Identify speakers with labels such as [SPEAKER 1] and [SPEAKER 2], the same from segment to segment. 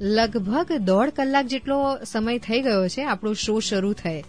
[SPEAKER 1] લગભગ દોઢ કલાક જેટલો સમય થઈ ગયો છે આપણો શો શરૂ થયે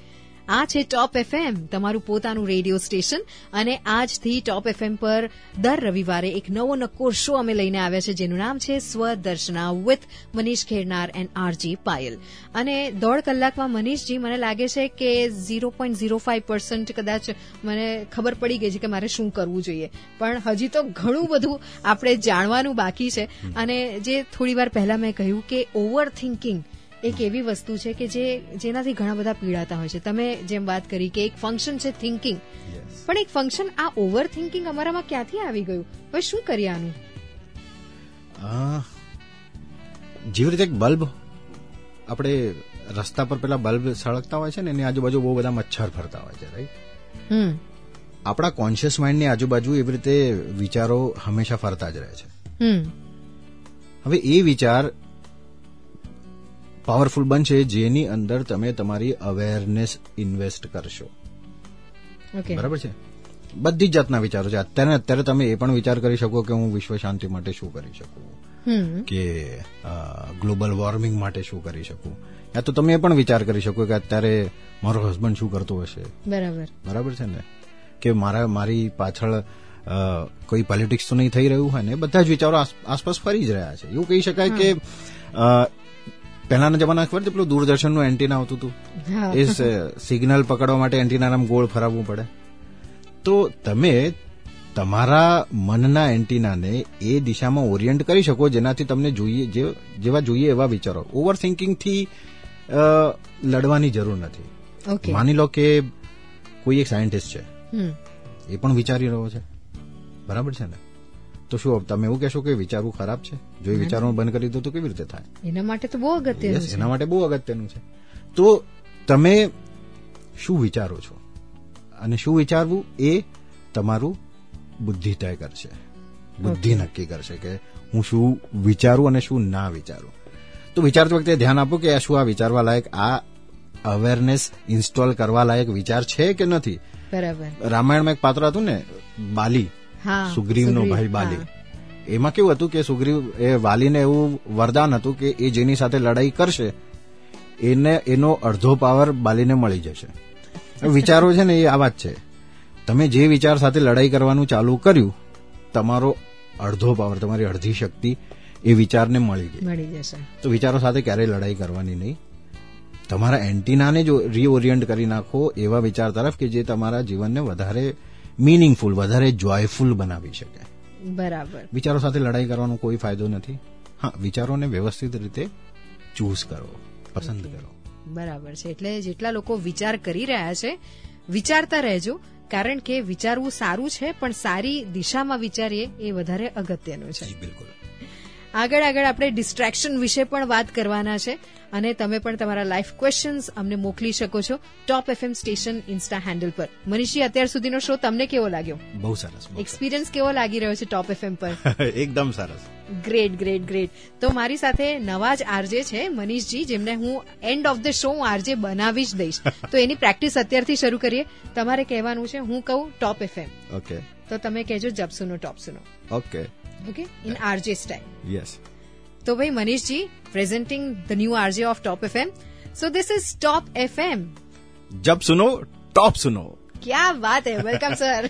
[SPEAKER 1] આ છે ટોપ એફએમ તમારું પોતાનું રેડિયો સ્ટેશન અને આજથી ટોપ એફએમ પર દર રવિવારે એક નવો નક્કોર શો અમે લઈને આવ્યા છે જેનું નામ છે Swadarshana with Manish Khernar and R G Payal અને દોઢ કલાકમાં મનીષજી મને લાગે છે કે zero point zero five percent કદાચ મને ખબર પડી ગઈ છે કે મારે શું કરવું જોઈએ પણ હજી તો ઘણું બધું આપણે જાણવાનું બાકી છે અને જે થોડી વાર પહેલા મેં કહ્યું કે ઓવર થિંકિંગ એક એવી વસ્તુ છે કે જે જેનાથી ઘણા બધા પીડાતા હોય છે તમે જેમ વાત કરી કે એક ફંક્શન છે થિંકિંગ
[SPEAKER 2] Yes.
[SPEAKER 1] પણ એક ફંક્શન આ ઓવર થિંકિંગ અમારામાં ક્યાંથી આવી ગયું હવે શું કરીએ આનું
[SPEAKER 2] આ જેવી રીતે એક બલ્બ આપણે રસ્તા પર પેલા બલ્બ સળગતા હોય છે ને એની આજુબાજુ બહુ બધા મચ્છર ફરતા હોય છે રાઈટ
[SPEAKER 1] હમ
[SPEAKER 2] આપણા કોન્શિયસ માઇન્ડની આજુબાજુ એવી રીતે વિચારો હંમેશા ફરતા જ રહે છે
[SPEAKER 1] હમ
[SPEAKER 2] હવે એ વિચાર પાવરફુલ બનશે જેની અંદર તમે તમારી અવેરનેસ ઇન્વેસ્ટ કરશો
[SPEAKER 1] ઓકે
[SPEAKER 2] બરાબર છે બધી જ જાતના વિચારો છે અત્યારે ને અત્યારે તમે એ પણ વિચાર કરી શકો કે હું વિશ્વ શાંતિ માટે શું કરી શકું
[SPEAKER 1] હમ
[SPEAKER 2] કે ગ્લોબલ વોર્મિંગ માટે શું કરી શકું યા તો તમે એ પણ વિચાર કરી શકો કે અત્યારે મારો હસબન્ડ શું કરતો હશે
[SPEAKER 1] બરાબર
[SPEAKER 2] બરાબર છે ને કે મારા મારી પાછળ અ, કોઈ પોલિટિક્સ તો નહીં થઈ રહ્યું હોય ને બધા જ વિચારો આસ- આસપાસ ફરી જ રહ્યા છે એવું કહી શકાય કે અ, પહેલાના જમાના ખબર છે પેલું દૂરદર્શનનું એન્ટીના આવતું હતું
[SPEAKER 1] હા
[SPEAKER 2] એ સિગ્નલ પકડવા માટે એન્ટીનાને આમ ગોળ ફરાવવું પડે તો તમે તમારા મનના એન્ટીનાને એ દિશામાં ઓરિએન્ટ કરી શકો જેનાથી તમને જોઈએ જે- જેવા જોઈએ એવા વિચારો ઓવર થિંકિંગથી લડવાની જરૂર નથી
[SPEAKER 1] ઓકે
[SPEAKER 2] માની લો કે કોઈ એક સાયન્ટિસ્ટ છે
[SPEAKER 1] હમ
[SPEAKER 2] એ પણ વિચારી રહ્યો છે બરાબર છે ને તો શું તમે એવું કહેશો કે વિચારવું ખરાબ છે જો એ વિચારવાનું બંધ કરી દો તો કેવી રીતે થાય
[SPEAKER 1] એના માટે તો બહુ અગત્યનું
[SPEAKER 2] Yes,
[SPEAKER 1] છે
[SPEAKER 2] એના માટે બહુ અગત્યનું છે તો તમે શું વિચારો છો અને શું વિચારવું એ તમારું બુદ્ધિ તય કરશે બુદ્ધિ નક્કી કરશે કે હું શું વિચારું અને શું ના વિચારું તો વિચારતી વખતે ધ્યાન આપો કે આ શું આ વિચારવા લાયક આ અવેરનેસ ઇન્સ્ટોલ કરવા લાયક વિચાર છે કે નથી
[SPEAKER 1] બરાબર
[SPEAKER 2] રામાયણમાં એક પાત્ર હતું ને બાલી
[SPEAKER 1] હા
[SPEAKER 2] સુગ્રીવનો
[SPEAKER 1] સુગ્રીવ,
[SPEAKER 2] ભાઈ બાલી
[SPEAKER 1] હા.
[SPEAKER 2] એમાં કેવું હતું કે સુગ્રીવ એ વાલીને એવું વરદાન હતું કે એ જેની સાથે લડાઈ કરશે એને એનો અડધો પાવર બાલીને મળી જશે વિચારો છે ને એ આવા જ છે તમે જે વિચાર સાથે લડાઈ કરવાનું ચાલુ કર્યું તમારો અડધો પાવર તમારી અડધી શક્તિ એ વિચારને મળી ગઈ
[SPEAKER 1] મળી જશે
[SPEAKER 2] તો વિચારો સાથે ક્યારેય લડાઈ કરવાની નહીં તમારા એન્ટીનાને જો રીઓરિયન્ટ કરી નાખો એવા વિચાર તરફ કે જે તમારા જીવનને વધારે મિનિંગફુલ વધારે જોયફુલ બનાવી શકે
[SPEAKER 1] બરાબર
[SPEAKER 2] વિચારો સાથે લડાઈ કરવાનો કોઈ ફાયદો નથી હા વિચારોને વ્યવસ્થિત રીતે ચૂઝ કરો પસંદ કરો
[SPEAKER 1] બરાબર છે એટલે જેટલા લોકો વિચાર કરી રહ્યા છે વિચારતા રહેજો કારણ કે વિચારવું સારું છે પણ સારી દિશામાં વિચારીએ એ વધારે અગત્યનું છે
[SPEAKER 2] જી બિલકુલ
[SPEAKER 1] આગળ આગળ આપણે ડિસ્ટ્રેક્શન વિશે પણ વાત કરવાના છે અને તમે પણ તમારા લાઈફ ક્વેશ્ચન્સ અમને મોકલી શકો છો top FM station insta handle પર મનીષજી અત્યાર સુધીનો શો તમને કેવો લાગ્યો
[SPEAKER 2] બહુ સરસ બહુ સરસ.
[SPEAKER 1] એક્સપિરિયન્સ કેવો લાગી રહ્યો છે ટોપ એફએમ પર
[SPEAKER 2] એકદમ સરસ
[SPEAKER 1] ગ્રેટ ગ્રેટ ગ્રેટ તો મારી સાથે નવા જ આરજે છે મનીષજી જેમને હું એન્ડ ઓફ ધ શો હું આરજે બનાવી જ દઈશ તો એની પ્રેક્ટિસ અત્યારથી શરૂ કરીએ તમારે કહેવાનું છે હું કહું ટોપ એફએમ
[SPEAKER 2] ઓકે
[SPEAKER 1] તો તમે કહેજો જપસુનો ટોપ સુનો
[SPEAKER 2] okay
[SPEAKER 1] okay in RJ style
[SPEAKER 2] yes
[SPEAKER 1] તો ભાઈ મનીષજી presenting the new RJ of top FM so this is top FM
[SPEAKER 2] જબ સુનો ટોપ સુનો
[SPEAKER 1] ક્યા વાત હે વેલકમ સર